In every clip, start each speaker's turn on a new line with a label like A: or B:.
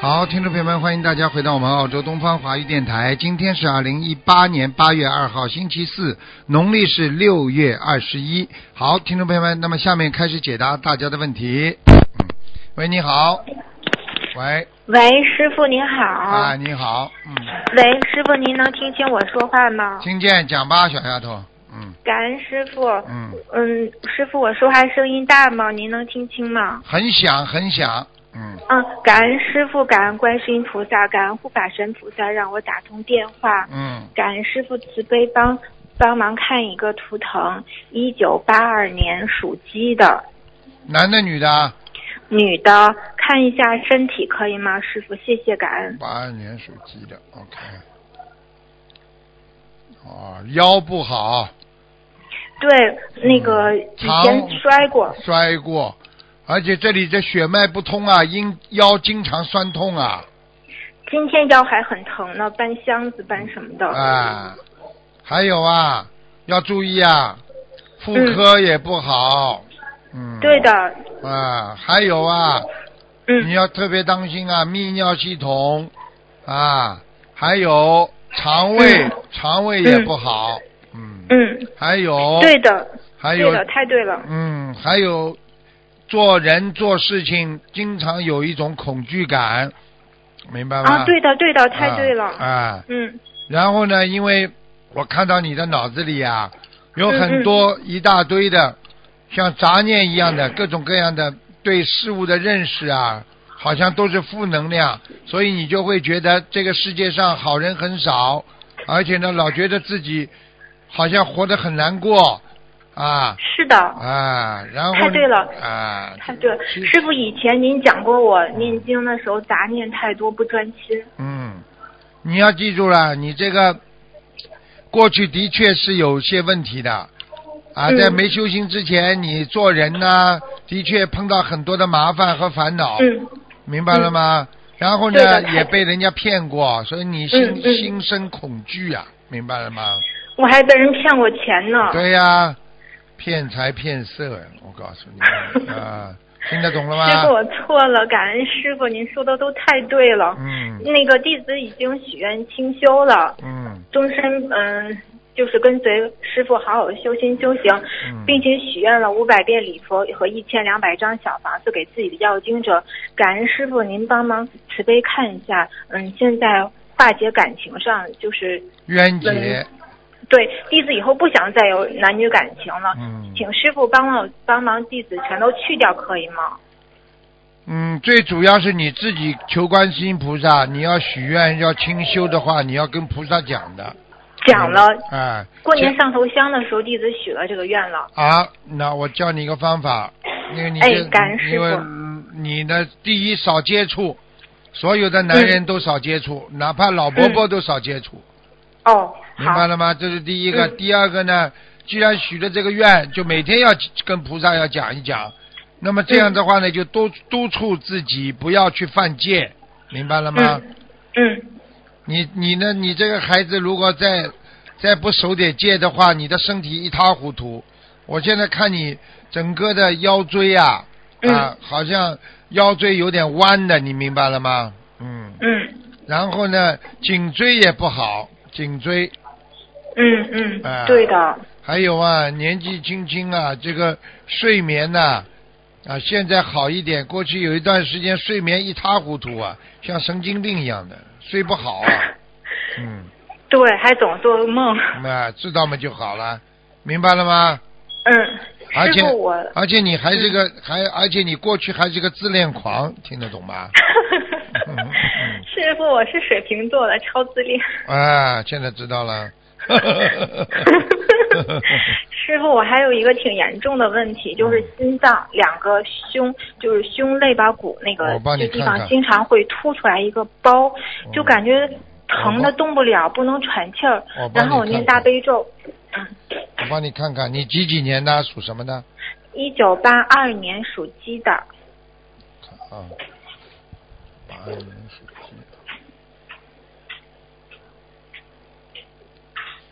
A: 好，听众朋友们，欢迎大家回到我们澳洲东方华语电台。今天是二零一八年八月二号，星期四，农历是六月二十一。好，听众朋友们，那么下面开始解答大家的问题。嗯，喂，你好。喂，
B: 喂，师傅您好。
A: 啊，你好，嗯，
B: 喂，师傅您能听清我说话吗？
A: 听见，讲吧，小丫头，嗯
B: 感恩师傅。
A: 嗯，
B: 嗯，师傅，我说话声音大吗？您能听清吗？
A: 很响，很响，嗯，
B: 嗯，感恩师傅，感恩观世音菩萨，感恩护法神菩萨，让我打通电话。
A: 嗯，
B: 感恩师傅慈悲帮帮忙看一个图腾，一九八二年属鸡的
A: 男的女的啊？
B: 女的，看一下身体可以吗？师傅，谢谢感恩。
A: 八二年属鸡的，OK。哦，腰不好，
B: 对，那个
A: 嗯
B: 以前
A: 长
B: 摔过，
A: 摔过，而且这里的血脉不通啊，因腰经常酸痛啊，
B: 今天腰还很疼呢，搬箱子搬什么的。
A: 啊，还有啊，要注意啊，妇科也不好，嗯，
B: 嗯对，的，
A: 啊，还有啊，你
B: 嗯，
A: 要特别当心啊，泌尿系统啊，还有肠胃，
B: 嗯
A: 肠胃也不好，嗯，
B: 嗯，
A: 还有，
B: 对的，
A: 哦还
B: 对
A: 有，
B: 的，太对了，
A: 嗯，还有做人做事情经常有一种恐惧感，明白吗？
B: 啊，对的，对的，太
A: 啊
B: 对了，
A: 啊，
B: 嗯，
A: 然后呢，因为我看到你的脑子里啊，有
B: 嗯
A: 很
B: 嗯
A: 多一大堆的像杂念一样的各种各样的对事物的认识啊，好像都是负能量，所以你就会觉得这个世界上好人很少，而且呢，老觉得自己好像活得很难过啊
B: 是的，
A: 啊，然后
B: 太对了
A: 啊，
B: 太对了。
A: 其
B: 师傅以前您讲过我念经的时候杂念太多，不专心。
A: 嗯，你要记住了，你这个过去的确是有些问题的啊，
B: 嗯
A: 在没修行之前，你做人呢，的确碰到很多的麻烦和烦恼，
B: 嗯，
A: 明白了吗？然后
B: 对的
A: 呢，
B: 太
A: 也被人家骗过，所以你心、
B: 嗯嗯
A: 心生恐惧啊，明白了吗？
B: 我还被人骗过钱呢。
A: 对呀、骗财骗色，啊我告诉你 啊，听得懂了
B: 师
A: 吗？
B: 傅，我错了，感恩师傅，您说的都太对了。
A: 嗯
B: 那个弟子已经许愿清修了，
A: 嗯
B: 终身嗯，就是跟随师傅好好修心修行，
A: 嗯，
B: 并且许愿了五百遍礼佛和一千两百张小房子给自己的要经者。感恩师傅，您帮忙慈悲看一下，嗯，现在化解感情上就是
A: 冤结，
B: 对弟子以后不想再有男女感情了，
A: 嗯。
B: 啊请师傅帮我帮忙弟子全都去掉，可以吗？
A: 嗯，最主要是你自己求观世音菩萨，你要许愿要清修的话，你要跟菩萨讲的。
B: 讲了，
A: 哎、
B: 过年上头香的时候，弟子许了这个愿了。
A: 啊，那我教你一个方法，那个你
B: 哎
A: 这
B: 感恩师
A: 因为
B: 父
A: 你的第一少接触，所有的
B: 嗯
A: 男人都少接触，哪怕老伯伯都少接触，
B: 哦，
A: 明白
B: 好，
A: 了吗？这是第一个。
B: 嗯
A: 第二个呢，既然许了这个愿，就每天要跟菩萨要讲一讲。那么这样的话呢，
B: 嗯
A: 就督督促自己不要去犯戒，明白了吗？
B: 嗯嗯。
A: 你你呢？你这个孩子如果再再不守点戒的话，你的身体一塌糊涂。我现在看你整个的腰椎啊
B: 嗯
A: 啊，好像腰椎有点弯的，你明白了吗？嗯。
B: 嗯
A: 然后呢，颈椎也不好，颈椎
B: 嗯嗯，
A: 啊
B: 对的，
A: 还有啊，年纪轻轻啊，这个睡眠呐、啊，现在好一点。过去有一段时间睡眠一塌糊涂啊，像神经病一样的，睡不好啊。嗯。
B: 对，还总做梦。
A: 那知道嘛就好了，明白了吗？
B: 嗯，
A: 而
B: 师
A: 且啊
B: 傅我，
A: 而且你还是个、还，而且你过去还是个自恋狂，听得懂吗？
B: 师傅我是水瓶座的，超自 恋。
A: 啊，现在知道了。
B: 师傅，我还有一个挺严重的问题，
A: 嗯
B: 就是心脏两个胸，就是胸肋巴骨那个
A: 哦我帮你
B: 这地
A: 看
B: 方
A: 看
B: 经常会凸出来一个包，就感觉疼的
A: 我
B: 动不了，不能喘气儿
A: 我。帮
B: 然后我
A: 你
B: 念
A: 看
B: 大
A: 看
B: 悲咒，嗯，
A: 我帮你看看，你几几年的，属什么的？
B: 一九八二年属鸡的，
A: 看啊，八二年属鸡。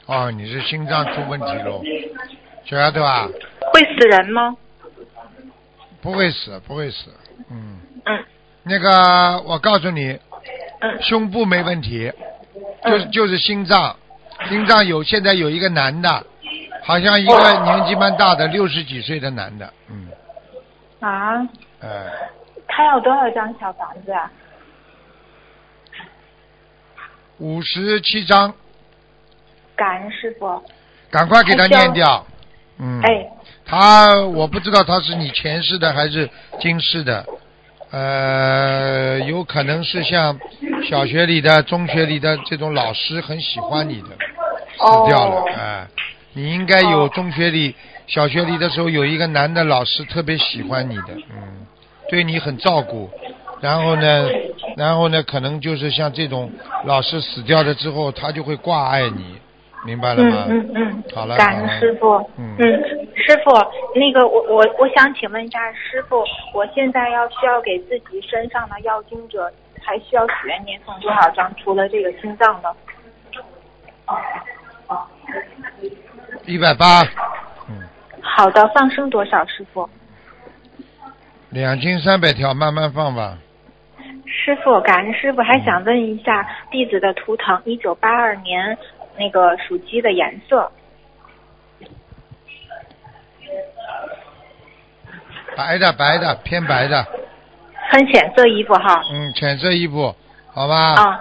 A: 哦，你是心脏出问题喽，小丫头啊，
B: 会死人吗？
A: 不会死，不会死，嗯。
B: 嗯，
A: 那个，我告诉你，
B: 嗯
A: 胸部没问题，就是
B: 嗯
A: 就是心脏，心脏有现在有一个男的，好像一个年纪蛮大的六十几岁的男的，嗯，
B: 啊，
A: 呃，
B: 他要多少张小房子啊？
A: 五十七张，
B: 感恩师傅。
A: 赶快给他
B: 还需要
A: 念掉，嗯，
B: 哎，
A: 他我不知道他是你前世的还是今世的，呃，有可能是像小学里的、中学里的这种老师很喜欢你的，死掉了
B: 哦，
A: 哎、你应该有
B: 哦
A: 中学里、小学里的时候有一个男的老师特别喜欢你的，嗯，对你很照顾，然后呢，然后呢，可能就是像这种老师死掉了之后，他就会挂碍你，明白了吗？
B: 嗯嗯嗯，
A: 好了
B: 感
A: 好了
B: 恩师傅。
A: 嗯
B: 师傅，那个我我我想请问一下师傅，我现在要需要给自己身上的要经者，还需要许愿念诵多少张？除了这个心脏的，
A: 一百八，嗯。
B: 好的，放生多少？师傅，
A: 两千三百条，慢慢放吧。
B: 师傅，感恩师傅，还
A: 嗯
B: 想问一下弟子的图腾，一九八二年那个属鸡的颜色，
A: 白的，白的，偏白的，
B: 穿浅色衣服哈。
A: 嗯，浅色衣服，好吧？
B: 啊，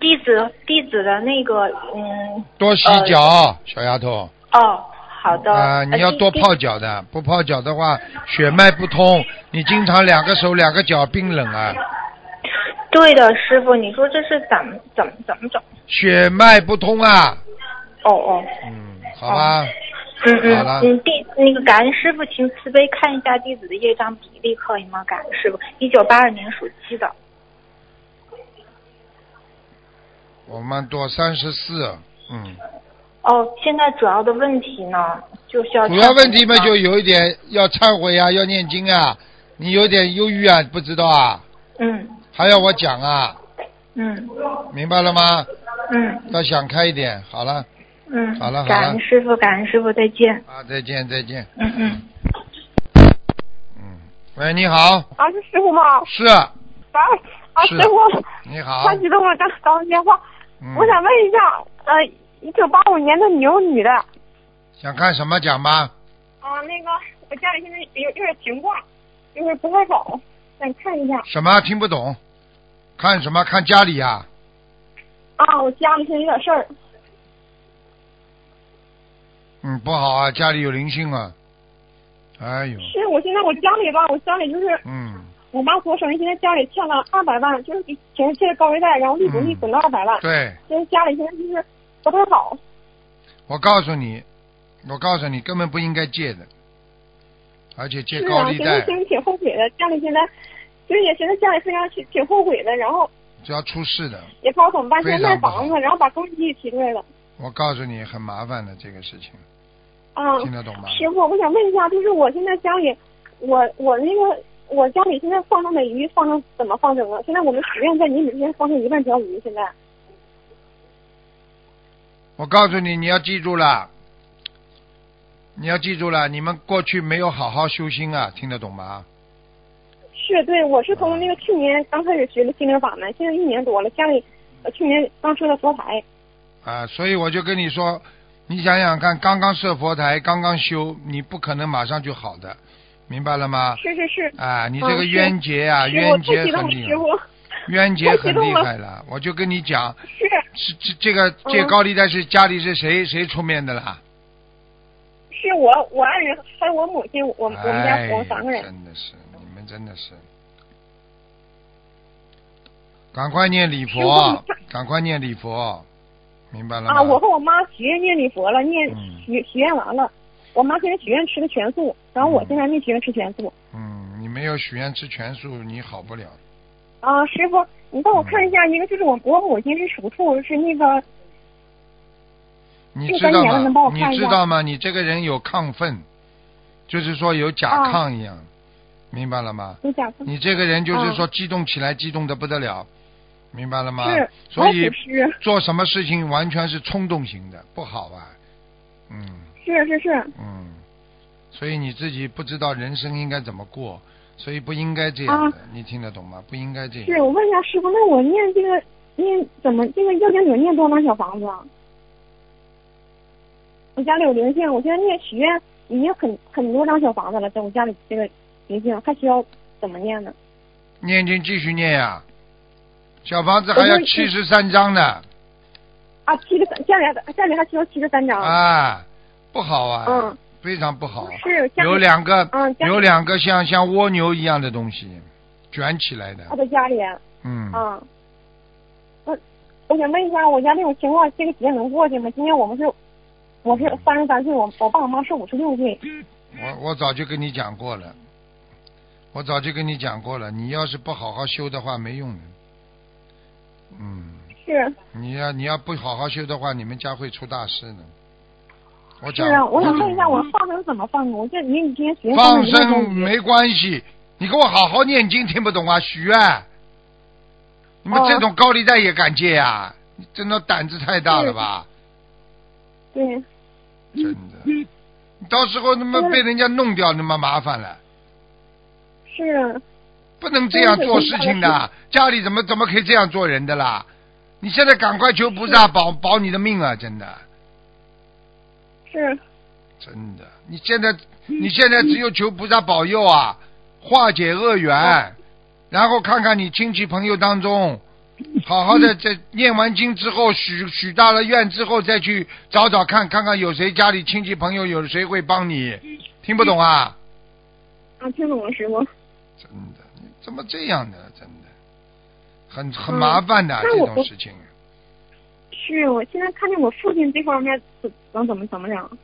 B: 弟子弟子的那个嗯
A: 多洗脚，小丫头
B: 哦，好的。
A: 啊、你要
B: 呃
A: 多。
B: 弟
A: 泡脚的，不泡脚的话，血脉不通，你经常两个手两个脚冰冷啊，
B: 对的，师傅，你说这是怎么怎么怎么整？
A: 血脉不通啊，
B: 哦哦，
A: 嗯，好吧？
B: 嗯
A: 好
B: 嗯
A: 了
B: 嗯，弟那个感恩师傅，请慈悲看一下弟子的业障比例可以吗？感恩师傅，一九八二年属鸡的，
A: 我们多三十四，嗯，
B: 哦，现在主要的问题呢，就需要
A: 主要问题嘛
B: 忏悔
A: 就
B: 吗
A: 有一点要忏悔啊，要念经啊，你有点忧郁啊，不知道啊，
B: 嗯
A: 还要我讲啊，
B: 嗯
A: 明白了吗？
B: 嗯
A: 要想开一点，好了。
B: 嗯，
A: 好了好了
B: 感恩师傅，感恩师傅，再见，
A: 啊，再见再见。
B: 嗯嗯。
A: 嗯，喂，你好，
C: 啊，是师傅吗？
A: 是，
C: 啊啊，
A: 是
C: 师傅，
A: 你好
C: 太，激动了，刚打完电话。
A: 嗯，
C: 我想问一下，呃，一九八五年的牛女的，
A: 想看什么讲吧？
C: 啊，那个我家里现在有有点情况，就是不太好，想看一下。
A: 什么听不懂？看什么？看家里呀、
C: 啊，我家里现在有点事儿。
A: 嗯，不好啊，家里有灵性啊。哎呦，
C: 是我现在我家里吧，我家里就是
A: 嗯，
C: 我妈做生意，现在家里欠了二百万，就是比前借高利贷，然后利滚利
A: 嗯
C: 滚了二百万，
A: 对，
C: 就是家里现在就是不太好。
A: 我告诉你，我告诉你，根本不应该借的，而且借
C: 是
A: 高
C: 啊，
A: 利
C: 现在
A: 贷
C: 心里挺后悔的，家里现在就是也觉得家里非常挺挺后悔的，然后。
A: 就要出事的。
C: 也不知道怎么办，
A: 非
C: 现
A: 常
C: 在卖房
A: 不好
C: 子，然后把公积金也提出来了。
A: 我告诉你，很麻烦的这个事情，
C: 啊，
A: 听得懂吗？
C: 师傅，我想问一下，就是我现在家里，我我那个我家里现在放生的鱼放生怎么放生啊？现在我们许愿在你每天放生一万条鱼，现在
A: 我告诉你，你要记住了，你要记住了，你们过去没有好好修心啊，听得懂吗？
C: 是对我是从那个去年刚开始学的心灵法门，现在一年多了，家里呃去年刚设的佛台，
A: 啊，所以我就跟你说，你想想看，刚刚设佛台，刚刚修，你不可能马上就好的，明白了吗？
C: 是是是，
A: 啊，你这
C: 嗯
A: 个
C: 是
A: 冤结啊，
C: 师傅
A: 冤
C: 太
A: 结
C: 激动
A: 很
C: 了，
A: 厉
C: 师
A: 害，
C: 傅
A: 冤结
C: 太激
A: 很
C: 动
A: 厉
C: 了
A: 害了。我就跟你讲，
C: 是
A: 是这这个借
C: 嗯
A: 高利贷是家里是谁谁出面的啦？
C: 是我我爱人还有我母亲，我我们家
A: 哎
C: 我们三个人，
A: 真的是你们真的是，赶快念礼佛
C: 师傅你，
A: 赶快念礼佛，明白了吗？
C: 啊，我和我妈许愿念礼佛了，念
A: 嗯
C: 许许愿完了，我妈现在许愿吃的全素，然后我现在没许愿吃全素。
A: 嗯，你没有许愿吃全素，你好不了。
C: 啊，师傅，你帮我看一下，一个就是我我母亲是属兔，是那个
A: 你
C: 这
A: 知
C: 三
A: 道
C: 年了能帮
A: 吗
C: 我？
A: 你
C: 看一
A: 知
C: 下
A: 道吗？你这个人有亢奋，就是说有甲
C: 啊
A: 亢一样，明白了吗？
C: 你讲
A: 你这个人
C: 嗯
A: 就是说激动起来，激动的不得了，明白了吗？
C: 是，我
A: 所以
C: 也是
A: 做什么事情完全是冲动型的，不好啊。嗯。
C: 是是是，
A: 嗯，所以你自己不知道人生应该怎么过，所以不应该这样的，你听得懂吗？不应该这
C: 啊是
A: 样。
C: 我问一下师傅，那我念这个念怎么这个要经者念多少张小房子啊？我家里有灵性，我现在念许愿已经很很多张小房子了，在我家里这个灵性还需要怎么念呢？
A: 念经继续念呀、小房子还要
C: 我就
A: 七十三章呢，
C: 啊，七十三，家里还家里还需要七十三张。
A: 啊，不好啊，
C: 嗯
A: 非常不好。
C: 是家里
A: 有两个，
C: 嗯家里
A: 有两个像像蜗牛一样的东西卷起来的，
C: 啊，在家里。
A: 嗯，
C: 啊，我我想问一下，我家这种情况，这个劫能过去吗？今年我们是，我是三十三岁，我我爸我妈是五十六岁。
A: 我我早就跟你讲过了，我早就跟你讲过了，你要是不好好修的话没用的，嗯，
C: 是
A: 你要你要不好好修的话，你们家会出大事的。我
C: 是
A: 讲，嗯
C: 啊，我想问一下，我放生怎么放的？我这您已经学
A: 放生
C: 生
A: 没关系，你给我好好念经，听不懂啊？许愿，你们
C: 哦
A: 这种高利贷也敢借呀、啊？你真的胆子太大了吧？
C: 对，
A: 真的，你到时候他妈
C: 嗯
A: 被人家弄掉，他妈麻烦了。
C: 是啊
A: 不能这样做事情的，家里怎么怎么可以这样做人的啦？你现在赶快求菩萨保保你的命啊！真的，
C: 是
A: 真的，你现在你现在只有求菩萨保佑啊，化解恶缘，然后看看你亲戚朋友当中，好好 的在念完经之后许许大了愿之后再去找找看，看看有谁家里亲戚朋友有谁会帮你，听不懂啊？
C: 啊，听懂了师傅。
A: 真的，你怎么这样的？真的，很很
C: 嗯
A: 麻烦的、啊
C: 那
A: 这
C: 我
A: 种
C: 不
A: 事情。
C: 是我现在看见我父亲这方面怎能怎么怎么整？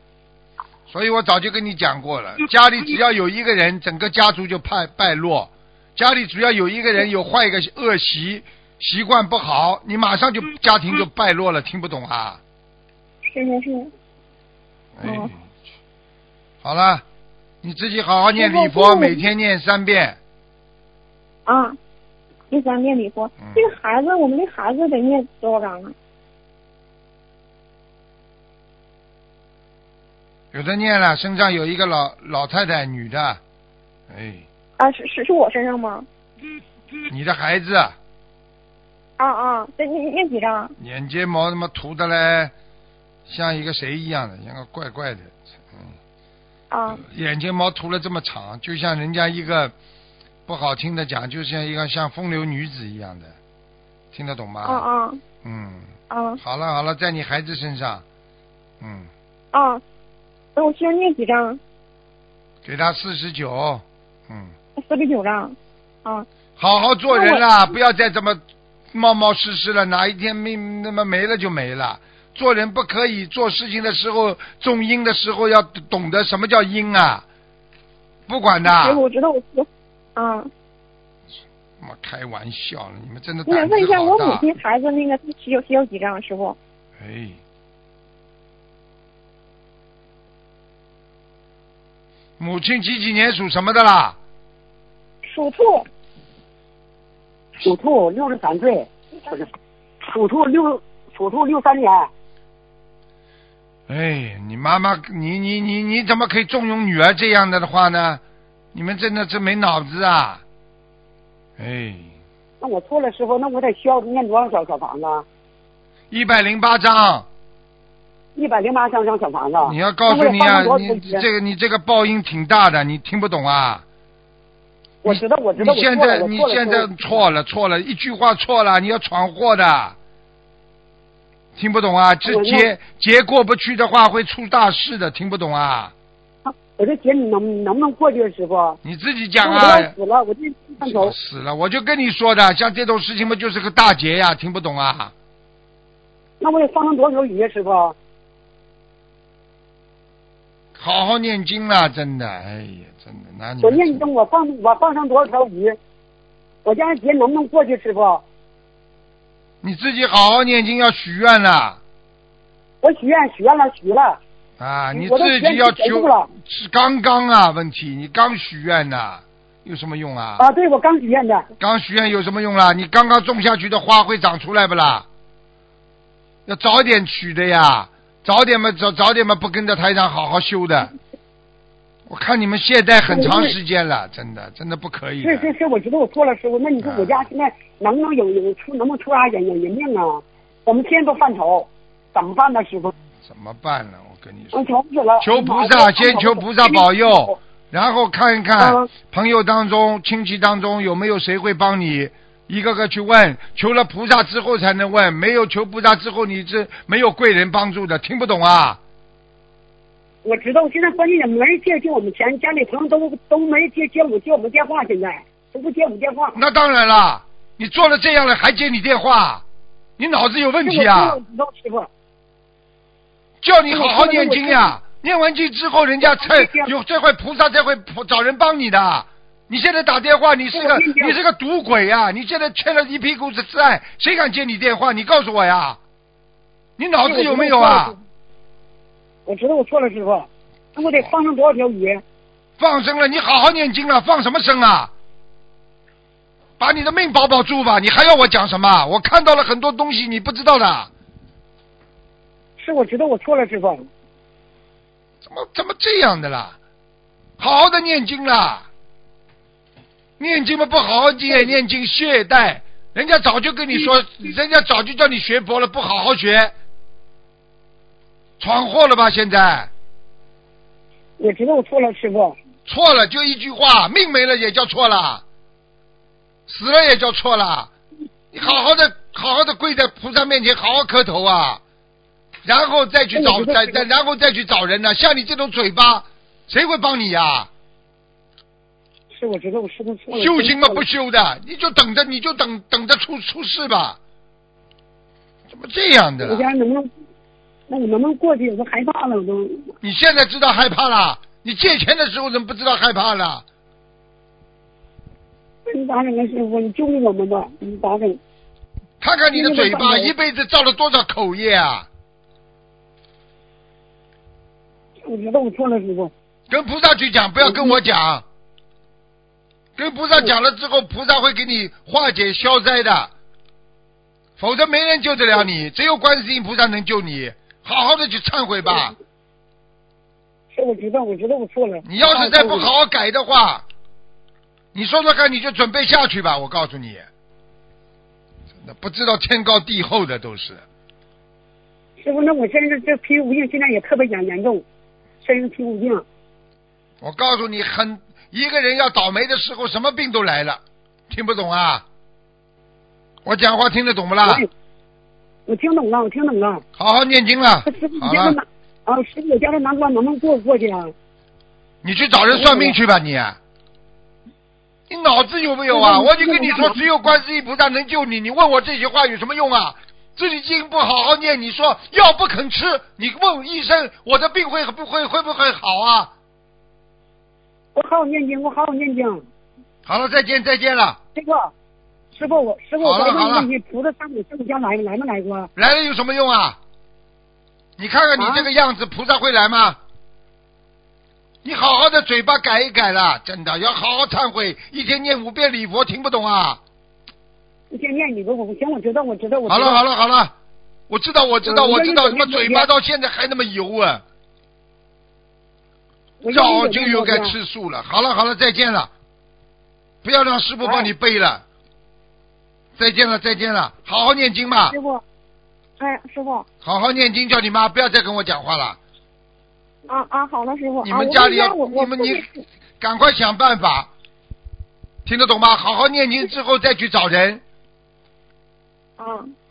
A: 所以我早就跟你讲过了，家里只要有一个人，整个家族就败败落。家里只要有一个人有坏一个恶习习惯不好，你马上就家庭就败落了。听不懂啊？
C: 是是是，
A: 哎
C: 哦，
A: 好了，你自己好好念
C: 师傅
A: 礼佛，
C: 这个我
A: 每天念三遍。
C: 啊，第三遍礼佛
A: 嗯，
C: 这个孩子，我们这孩子得念多少章啊？
A: 有的念了，身上有一个老老太太，女的，哎，
C: 啊，是是是我身上吗？
A: 你的孩子
C: 啊啊，这念念几张啊？
A: 眼睫毛他妈涂的嘞，像一个谁一样的，像个怪怪的，嗯。
C: 啊，
A: 眼睫毛涂了这么长，就像人家一个不好听的讲，就像一个像风流女子一样的，听得懂吗？
C: 啊啊
A: 嗯，
C: 啊
A: 好了好了，在你孩子身上，嗯，
C: 啊！那我需要念几张？
A: 给他四十九，嗯，
C: 四十九张。啊，
A: 好好做人啦，不要再这么冒冒失失了，哪一天命那么没了就没了。做人不可以做事情的时候种因的时候要懂得什么叫因啊，不管的，
C: 师傅，哎我知道我我，啊，
A: 他妈开玩笑了，你们真的
C: 我
A: 胆
C: 想
A: 子好大。
C: 问一下，我母亲孩子那个需要需要几张？啊师傅，
A: 哎，母亲几几年属什么的啦？
C: 属
A: 啊
C: 兔，
D: 属兔六十三岁，不是，属兔六属兔六三年，
A: 哎，你妈妈，你你你你怎么可以纵容女儿这样的的话呢？你们真的是没脑子啊！哎，
D: 那我错了，师傅，那我得需要念多少小小房子啊？
A: 一百零八章，
D: 一百零八张张小房子。
A: 你要告诉你啊，
D: 那我得放
A: 你
D: 多少
A: 这个你这个报应挺大的，你听不懂啊？
D: 我知道，我知
A: 你
D: 道，我
A: 现
D: 错
A: 在
D: 了，我
A: 你
D: 错了。
A: 现在
D: 师傅
A: 错了错了，一句话错了，你要闯祸的，听不懂啊？这
D: 我
A: 劫劫过不去的话，会出大事的，听不懂啊？
D: 我这劫你能能不能过去，啊师傅？
A: 你自己讲
D: 我都
A: 啊！
D: 要死了，我这上头
A: 我。死了，我就跟你说的，像这种事情嘛，就是个大劫呀，听不懂啊？
D: 那我得放生多少鱼啊，师傅？
A: 好好念经啦，真的，哎呀，真的，拿你
D: 我
A: 们
D: 念经，我放我放生多少条鱼？我这样劫能不能过去，师傅？
A: 你自己好好念经，要许愿啦
D: 我许愿，许愿了，许了。
A: 啊！你
D: 哎我都
A: 自己要
D: 许愿
A: 求
D: 结束了
A: 是刚刚啊，问题你刚许愿呐、有什么用啊？
D: 啊，对，我刚许愿的。
A: 刚许愿有什么用啦？你刚刚种下去的花会长出来不啦？要早点许的呀，早点嘛，早早点嘛，不跟着台长好好修的，我看你们懈怠很长时间了，真的，真的不可以 的。
D: 是是是，我知道我错了，师傅。那你说
A: 啊
D: 我家现在能不能有有出能不能出啥人有人命啊？我们天天都犯愁，怎么办呢，师傅？
A: 怎么办呢？我跟你
D: 我
A: 说，
D: 愁死了。
A: 求菩萨，先求菩萨保佑，然后看一看
D: 嗯
A: 朋友当中、亲戚当中有没有谁会帮你，一个个去问。求了菩萨之后才能问，没有求菩萨之后，你是没有贵人帮助的。听不懂啊？
D: 我知道，现在关键也没人借借我们钱，家里朋友都都没人接接我接我们电话，现在都不接我们电话。
A: 那当然啦，你做了这样了还接你电话，你脑子有问题
D: 是
A: 啊
D: 我！知道，师傅。
A: 叫你好好念经呀、念完经之后，人家才
D: 我听
A: 有这会菩萨才会找人帮你的。你现在打电话，你是个
D: 我听见
A: 你是个赌鬼啊！你现在欠了一屁股子债，谁敢接你电话？你告诉我呀！你脑子有没有啊？
D: 我知道我错了，师傅。那我得放上多少条鱼？
A: 放生了，你好好念经了，放什么生啊？把你的命保保住吧！你还要我讲什么？我看到了很多东西，你不知道的。
D: 是我知道我错了，师傅。
A: 怎么怎么这样的啦？好好的念经啦，念经嘛不好好念，念经懈怠，人家早就跟你说，
D: 嗯
A: 人家早就叫你学佛了，不好好学，闯祸了吧？现在
D: 我知道我错了，师傅。
A: 错了就一句话，命没了也叫错了，死了也叫错了。你好好的，好好的跪在菩萨面前，好好磕头啊，然后再去
D: 哎
A: 找，
D: 你这个
A: 再再然后再去找人呢、像你这种嘴巴，谁会帮你呀、
D: 是我知道我师傅错了。
A: 修行嘛
D: 真
A: 不
D: 错了
A: 修的，你就等着，你就等等着出出事吧。怎么这样的
D: 我家
A: 啦？
D: 能不能？那我能不能过去？我都害怕了，我都。
A: 你现在知道害怕啦？你借钱的时候怎么不知道害怕啦？
D: 你咋整啊，师傅？你救救我们吧！你咋整？
A: 看看你的嘴巴，
D: 那个
A: 一辈子造了多少口业啊！
D: 我知道我错了，师傅。
A: 跟菩萨去讲，不要跟我讲。跟菩萨讲了之后，菩萨会给你化解消灾的，否则没人救得了你，只有观世音菩萨能救你。好好的去忏悔吧。
D: 是我知道，我知道我错了。啊
A: 你要是再不好，好改的话，你说说看，你就准备下去吧。我告诉你，真的不知道天高地厚的都是。
D: 师傅，那我身上这皮肤病现在也特别严严重，身上皮肤病。
A: 我告诉你，很一个人要倒霉的时候，什么病都来了。听不懂啊？我讲话听得懂不啦？
D: 哎我听懂了，我听 懂了。
A: 好好念经了
D: 那师傅，你
A: 好
D: 家的
A: 了，
D: 难啊，师傅，我家的难关能不能过过去啊？
A: 你去找人算命去吧，你。你脑子有没有啊？
D: 嗯
A: 我就跟你说，
D: 嗯
A: 只有观世音菩萨能救你。你问我这些话有什么用啊？自己经不好好念，你说药不肯吃，你问医生，我的病会不会会不会好啊？
D: 我好好念经，我好好念经。
A: 好了，再见，再见了。
D: 师傅，师傅，我师傅，我
A: 好了
D: 再问一
A: 好了
D: 个问题，菩萨上你上你家来来没来过？
A: 来了有什么用啊？你看看你这个样子，菩萨会来吗？你好好的嘴巴改一改啦，真的要好好忏悔，一天念五遍礼佛，听不懂啊？
D: 一天念你给我，行，我知道，我知道，我知
A: 好了
D: 道。
A: 好了好了，我知道我知道
D: 我
A: 我知道，
D: 我
A: 他妈
D: 我
A: 嘴巴到现在还那么油啊，
D: 我要
A: 早
D: 一
A: 就
D: 点
A: 应该
D: 念
A: 吃素了。好了好了，再见了，不要让
D: 哎
A: 师傅帮你背了。再见了再见了，好好念经吧
C: 师，傅，哎，师傅，
A: 好好念经，叫你妈不要再跟我讲话了。
C: 啊啊，好了，师傅，
A: 你
C: 啊
A: 们
C: 我
A: 家
C: 回
A: 里
C: 家
A: 要
C: 我
A: 你
C: 我
A: 们
C: 不
A: 你
C: 会
A: 赶快想办法，听得懂吗？好好念经之后再去找人。
C: 啊，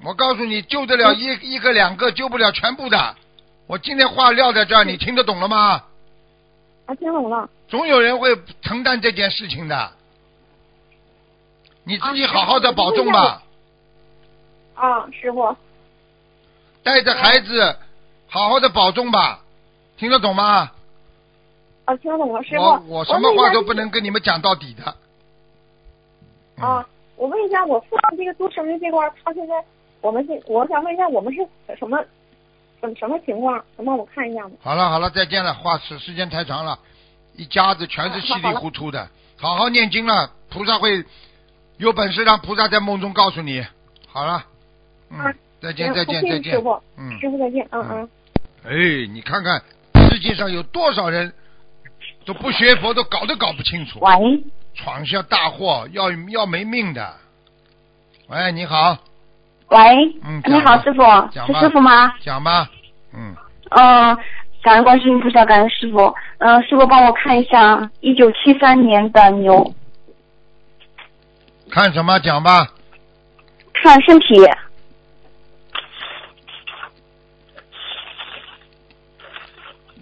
A: 我告诉你，救得了一一个两个，救不了全部的。我今天话撂在这儿，你听得懂了吗？
C: 啊，听懂了，
A: 总有人会承担这件事情的。你自己好好的保重吧，
C: 啊，师傅，
A: 带着孩子好好的保重吧，听得懂吗？
C: 啊，听懂了，师傅，
A: 我我什么
C: 问一
A: 话
C: 下
A: 都不能跟你们讲到底的。嗯
C: 啊，我问一下，我父亲这个做生意这块儿，他现在我们这，我想问一下，我们是什么什么什么情况？能帮我看一下吗？
A: 嗯好了好了，再见了。话时时间太长了，一家子全是稀里糊涂的。好好念经了，菩萨会有本事让菩萨在梦中告诉你。好了，嗯
C: 啊，
A: 再见
C: 嗯
A: 再见
C: 谢谢
A: 再
C: 师
A: 见
C: 傅，
A: 嗯，
C: 师傅再见，嗯
A: 嗯
C: 嗯。
A: 哎，你看看世界上有多少人都不学佛，都搞都搞不清楚，
E: 喂，
A: 闯下大祸，要要没命的。喂，你好，
E: 喂，哎
A: 嗯
E: 你
A: 讲
E: 好，
A: 吧
E: 师傅，
A: 讲
E: 是
A: 吧
E: 师傅吗？
A: 讲吧，嗯，
E: 嗯、感恩观世音菩萨，感恩师傅。嗯、师傅帮我看一下，一九七三年的牛，
A: 看什么讲吧，
E: 看身体，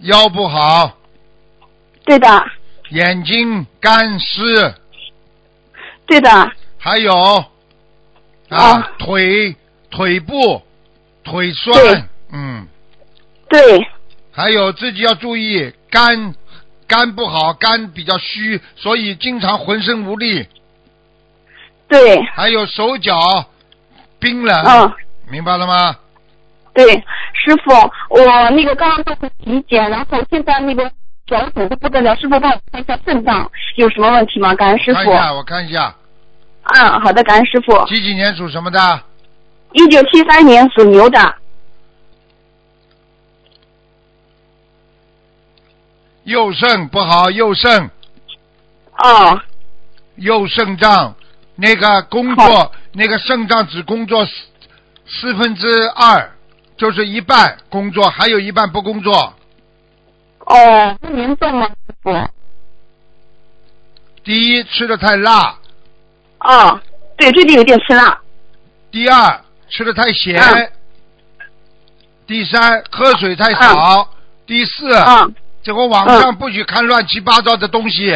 A: 腰不好，
E: 对的，
A: 眼睛干湿，
E: 对的，
A: 还有啊
E: 啊
A: 腿腿部腿
E: 对
A: 酸，嗯，
E: 对，
A: 还有自己要注意肝肝不好，肝比较虚，所以经常浑身无力，
E: 对，
A: 还有手脚冰冷，
E: 嗯、
A: 明白了吗？
E: 对，师傅，我那个刚刚做过体检，然后现在那个脚肿的不得了，师傅帮我看一下肾脏有什么问题吗？感恩师
A: 看
E: 傅
A: 一。下，我看一下，
E: 嗯，好的，感恩师傅。
A: 几几年属什么的？
E: 一九七三年属牛的，
A: 右肾不好，右肾
E: 哦，
A: 右肾脏那个工
E: 哦
A: 作，那个肾脏只工作四四分之二，就是一半工作，还有一半不工作。
E: 哦，不严重吗？师傅？
A: 第一，吃的太辣；
E: 哦，对，最近有点吃辣。
A: 第二，吃的太咸；
E: 嗯
A: 第三，喝水太少；第四，
E: 嗯，
A: 这个网上不许看乱七八糟的东西。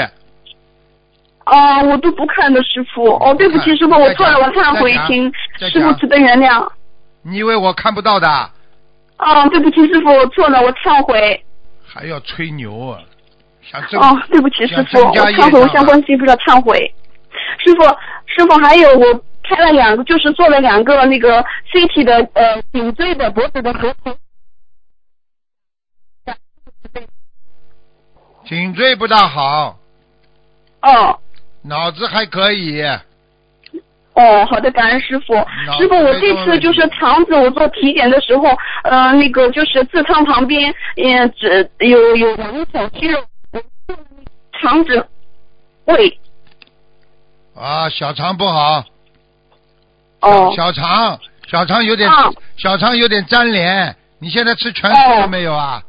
E: 哦，我都不看的，师傅。哦，对不起，师傅，我错了，我忏悔，请
A: 再
E: 师傅
A: 讲
E: 慈悲原谅。
A: 你以为我看不到的？
E: 哦，对不起，师傅，我错了，我忏悔。
A: 还要吹牛啊？想这
E: 哦，对不起，师傅，
A: 想
E: 我
A: 增加业
E: 忏悔，我
A: 障
E: 向
A: 啊
E: 观世音菩萨忏悔。师傅，师傅，还有我开了两个，就是做了两个那个 CT 的呃颈椎的脖子的合同。
A: 颈椎不大好，
E: 哦
A: 脑子还可以。
E: 哦，好的，感恩师傅。
A: 脑
E: 师傅，我这
A: 没什么问
E: 次
A: 题
E: 就是肠子，我做体检的时候，呃，那个就是痔疮旁边，嗯、只有有两个小息肉，肠子、胃。
A: 啊，小肠不好，
E: 哦
A: 小肠小肠有点、
E: 啊
A: 小肠有点粘连。你现在吃全
E: 哦
A: 素了没有啊？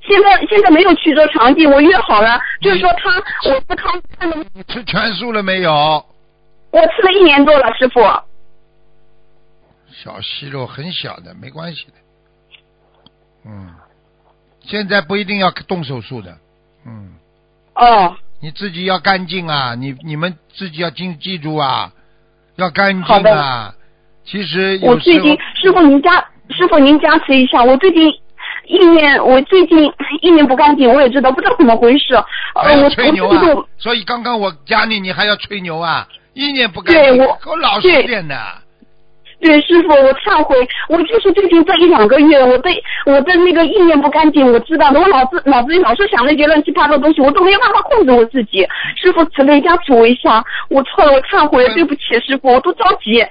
E: 现在现在没有曲折肠镜，我约好了，
A: 嗯
E: 就是说他我不康看了，
A: 你吃全素了没有？
E: 我吃了一年多了，师傅。
A: 小息肉很小的，没关系的。嗯，现在不一定要动手术的。嗯，
E: 哦，
A: 你自己要干净啊，你你们自己要记记住啊，要干
E: 好
A: 净啊
E: 的。
A: 其实有
E: 我最
A: 时候
E: 近师傅您加师傅您加持一下，我最近意念我最近意念不干净，我也知道不知道怎么回事，
A: 还
E: 呃，我
A: 要
E: 我
A: 吹
E: 最近
A: 牛啊
E: 就！
A: 所以刚刚我加你，你还要吹牛啊！一年不干
E: 对
A: 净，
E: 我
A: 给我老实
E: 对
A: 点的。
E: 对师傅我忏悔，我就是最近这一两个月我对我的那个意念不干净，我知道的，我脑子脑子里老是想那些乱七八糟的东西，我都没有办法控制我自己。师傅慈悲加持我一下，我错了，我忏悔，对不起师傅，我都着急。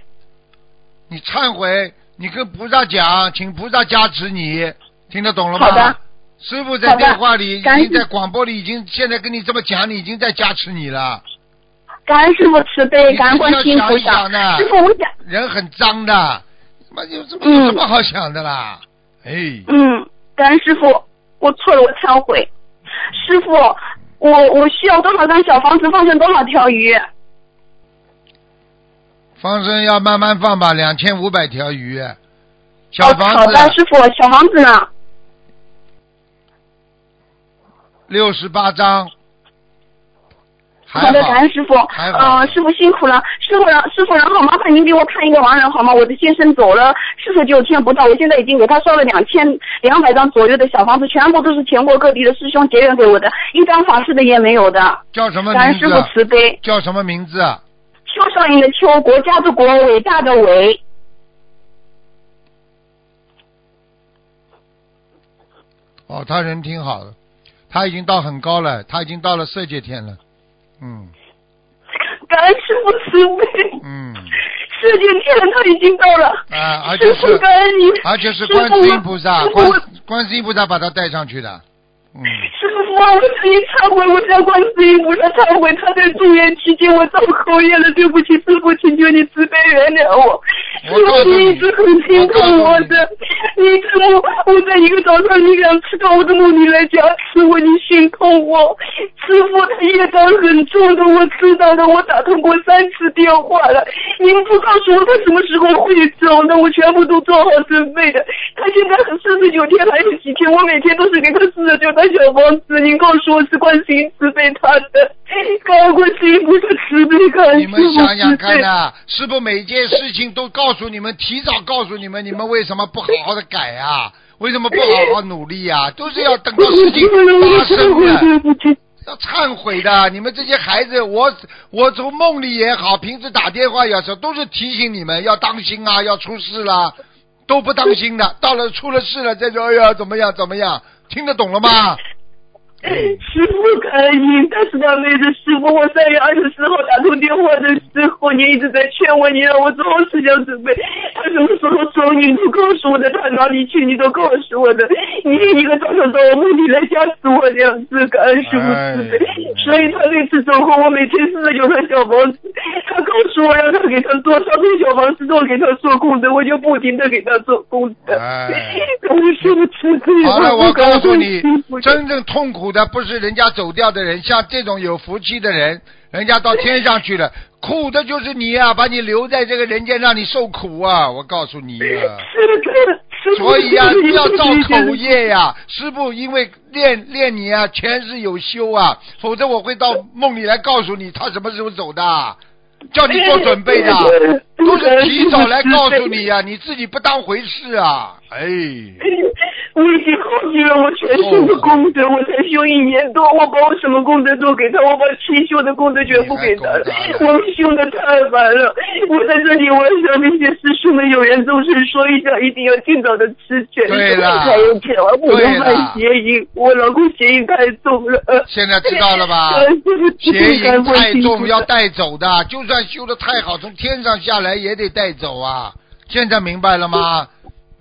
A: 你忏悔，你跟菩萨讲，请菩萨加持你，听得懂了吗？
E: 好的。
A: 师傅在电话里，已
E: 好的感
A: 经
E: 恩
A: 在广播里，已经现在跟你这么讲，你已经在加持你了。
E: 感恩师傅慈悲，感恩观世音菩
A: 你自己要想
E: 萨
A: 一想呢。
E: 师傅，我想，
A: 人很脏的，妈有什么
E: 嗯
A: 有什么好想的啦？哎，
E: 嗯，感恩师傅，我错了，我忏悔。师傅，我我需要多少张小房子放生多少条鱼？
A: 放生要慢慢放吧，两千五百条鱼，小
E: 哦，
A: 房
E: 好的，
A: 子
E: 师傅，小房子呢？
A: 六十八张，还
E: 好的，感恩师傅。
A: 还好
E: 呃，师傅辛苦了，师傅，然师傅，然后麻烦您给我看一个亡人好吗？我的先生走了四十九天不到，我现在已经给他烧了两千两百张左右的小房子，全部都是全国各地的师兄结缘给我的，一张法师的也没有的。
A: 叫什么
E: 感恩
A: 名
E: 师傅
A: 字？啊
E: 慈悲。
A: 叫什么名字？啊
E: 邱少云的邱，国家的国，伟大的伟。
A: 哦，他人挺好的，他已经到很高了，他已经到了色界天了。嗯
E: 感恩师傅慈 悲，
A: 嗯
E: 世界天人都已经到了。
A: 啊，而且
E: 师傅
A: 是
E: 感恩你，
A: 而且是
E: 师
A: 观
E: 傅
A: 世音菩萨，
E: 师傅
A: 观
E: 我
A: 观世音菩萨把他带上去的。嗯，
E: 师师傅，我自己忏悔，我向观世音菩萨忏悔，他在住院期间我造口业了，对不起，师傅，请求你慈悲原谅我。
A: 我告诉
E: 师傅，
A: 你
E: 你一直很心疼我的，你怎么我在一个早上你想吃到我的梦里来加持我，你心痛我。师傅，他业障很重的，我知道的，我打通过三次电话了，你们不告诉我他什么时候会走呢？我全部都做好准备的。他现在很四十九天还有几天，我每天都是给他四十九张小房子。您告诉我是观世音慈悲他的，感恩观世音菩萨慈悲感恩
A: 你
E: 师
A: 们
E: 父
A: 想想
E: 慈
A: 看
E: 悲
A: 呐、。师傅每件事情都告诉你们，提早告诉你们，你们为什么不好好的改啊？为什么不好好努力啊？都是要等到事情发生的，
E: 对不起，
A: 要忏悔的。你们这些孩子，我我从梦里也好，平时打电话也好，都是提醒你们要当心啊，要出事啦、都不当心的。到了出了事了，再说哎呀怎么样怎么样，听得懂了吗？
E: 师傅感恩您，但是他妹子，师傅，我三月二十四号打通电话的时候，您一直在劝我，您让我做好思想准备。他什么时候走，你都告诉我的；他哪里去，你都告诉我的。你一个早上到我梦里来吓死我两次，感恩师傅
A: 哎
E: 慈悲。所以他那次走后，我每天四十九套小房子，他告诉我让他给他做，他那小房子都给他做功德，我就不停的给他做功德。
A: 哎
E: 感恩师傅慈 悲。
A: 好了，我
E: 不敢
A: 告诉
E: 问
A: 你
E: 师父，
A: 真正痛苦的不是人家走掉的人，像这种有福气的人，人家到天上去了，苦的就是你啊，把你留在这个人间，让你受苦啊！我告诉你 啊，
E: 是的，是的
A: 所以啊，
E: 是的
A: 要造口
E: 是的
A: 业呀、师傅因为练练你啊，前世有修啊，否则我会到梦里来告诉你他什么时候走的啊，叫你做准 备的啊，都是提早来告诉你 呀、你自己不当回事啊，哎。
E: 我已经耗尽了我全身的功德，我才修一年多，我把我什么功德都给他，我把七修的功德全部给他了
A: 你还懂，得
E: 我们修的太烦了。我在这里，我要向那些师兄们、有缘众生说一下，一定要尽早的吃全
A: 对
E: 素，
A: 了
E: 还有千万不
A: 对
E: 能
A: 了
E: 犯邪淫，我老公邪淫太重了。
A: 现在知道了吧
E: 呃这个？
A: 邪淫太重，要
E: 这个
A: 带走的。就算修的太好，从天上下来也得带走啊！现在明白了吗？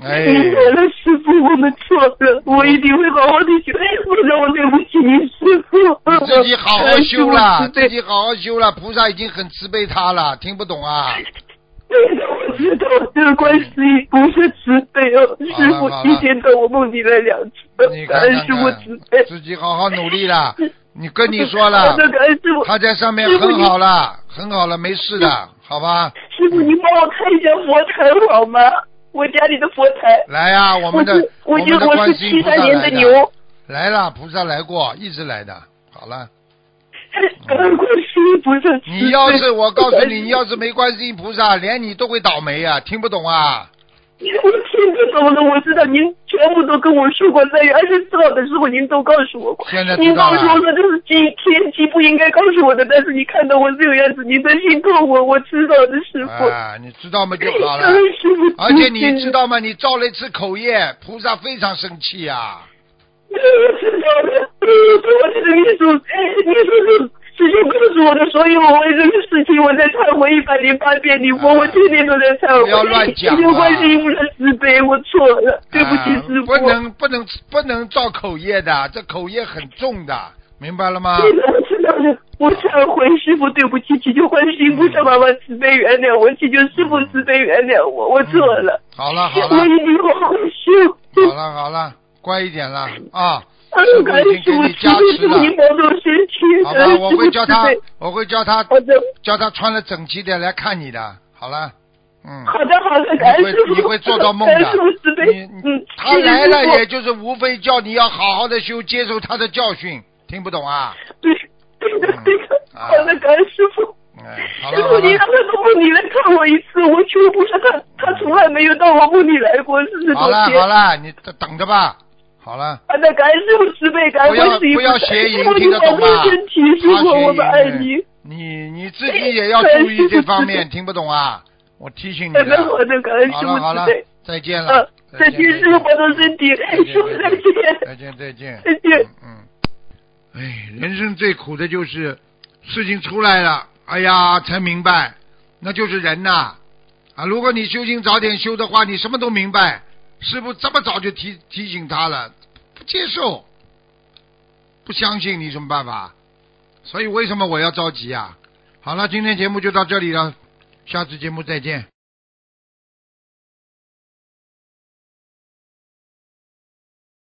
A: 哎，
E: 明白了，师傅，我们错了，我一定会好好的修，不然我对不起您，师傅。
A: 你自己好好修
E: 呃
A: 了，
E: 师父慈
A: 自
E: 悲
A: 己好好修了，菩萨已经很慈悲他了，听不懂啊？
E: 对的，我知道，这个关系不是慈悲哦，师
A: 好
E: 傅
A: 了好了
E: 一天到我梦里来两次，
A: 你
E: 感
A: 看看
E: 恩呃师傅
A: 看
E: 慈悲，。
A: 自己好好努力 了。你跟你说了
E: 好，的，感恩哎师傅。
A: 他在上面很好了，很好了，没事的，好吧？
E: 师傅，您帮我看一下佛台好吗？我家里的佛台。
A: 来呀、我们的
E: 是我
A: 们
E: 是
A: 的
E: 我
A: 观
E: 是
A: 世音
E: 七
A: 菩萨
E: 三年
A: 来的
E: 牛，
A: 来了，菩萨来过，一直来的。好了，
E: 感恩观世音菩萨慈悲。
A: 嗯你要是我 告诉你，你要
E: 是
A: 是没观世音菩萨，连你都会倒霉啊！听不懂啊？
E: 我听得懂了，我知道您全部都跟我说过，在二十四号的时候您都告诉我过。
A: 现在知
E: 您
A: 道
E: 告
A: 了
E: 诉我说这是今天气不应该告诉我的，但是你看到我这个样子，您真心痛我，我知道的师傅。
A: 啊，你知道吗就好了
E: 感。恩师傅，
A: 而且你知，道吗？你造了一次口业，菩萨非常生气啊！
E: 我知道的，我这个秘书，秘书是。直接告诉我的，所以我为这个事情我在忏悔一百零八遍，你佛，我天天都在忏悔。
A: 不要乱讲啊
E: 求观世音菩萨慈悲，我错了，对不起
A: 啊
E: 师傅。
A: 不能不能不能造口业的，这口业很重的，明白了吗？
E: 对的，我知道的，我忏悔，师傅对不起，祈求观世音菩萨妈妈慈悲原谅我，祈求师傅慈悲原谅我，我错了，
A: 嗯好了好
E: 我
A: 了
E: 一定好好修。
A: 好了好了，乖一点了啊！
E: 嗯感恩师傅，师傅祝您保重身体，
A: 好
E: 感
A: 吧，
E: 恩
A: 我会叫他
E: 师父慈悲，
A: 我会叫他
E: 好的，
A: 叫他穿的整齐点来看你的。好了，嗯。
E: 好的，好的， 感
A: 你
E: 恩师
A: 会
E: 傅，
A: 你会做到梦
E: 感恩
A: 的
E: 师傅慈悲，。
A: 你
E: 嗯
A: 你，他来
E: 谢
A: 了，
E: 谢师父
A: 也就是无非叫你要好好的修，接受他的教训，听不懂啊？
E: 对对的对的，
A: 嗯啊
E: 好的，感恩师傅。
A: 哎，好
E: 师
A: 了
E: 傅，
A: 好
E: 你让
A: 了，
E: 他到梦里来看我一次，我求菩萨，他他从来没有到我梦里来过，四十多天。
A: 好了好了，你等等着吧。好了，
E: 好的，啊感恩师傅慈悲，感恩观世音菩
A: 不
E: 萨
A: 要不要邪淫
E: 师父
A: 听得懂吗
E: 你保重身体，师
A: 他
E: 傅，
A: 学
E: 我们爱
A: 英
E: 你 哎
A: 语。你你自己也要注意这方面，听不懂啊？我提醒你
E: 好哎的，好
A: 的。
E: 的，感恩师
A: 好
E: 傅
A: 了好
E: 慈
A: 了
E: 悲。，
A: 再见
E: 嗯
A: 了，。
E: 再见，师傅，保
A: 再
E: 重身体。
A: 再见
E: 师傅，再
A: 再
E: 见。
A: 再见再见。
E: 再见
A: 嗯，嗯哎，人生最苦的就是事情出来了，哎呀，才明白，那就是人呐、啊。如果你修行早点修的话，你什么都明白。师傅这么早就提提醒他了，不接受，不相信你什么办法？所以为什么我要着急啊？好了，今天节目就到这里了，下次节目再见。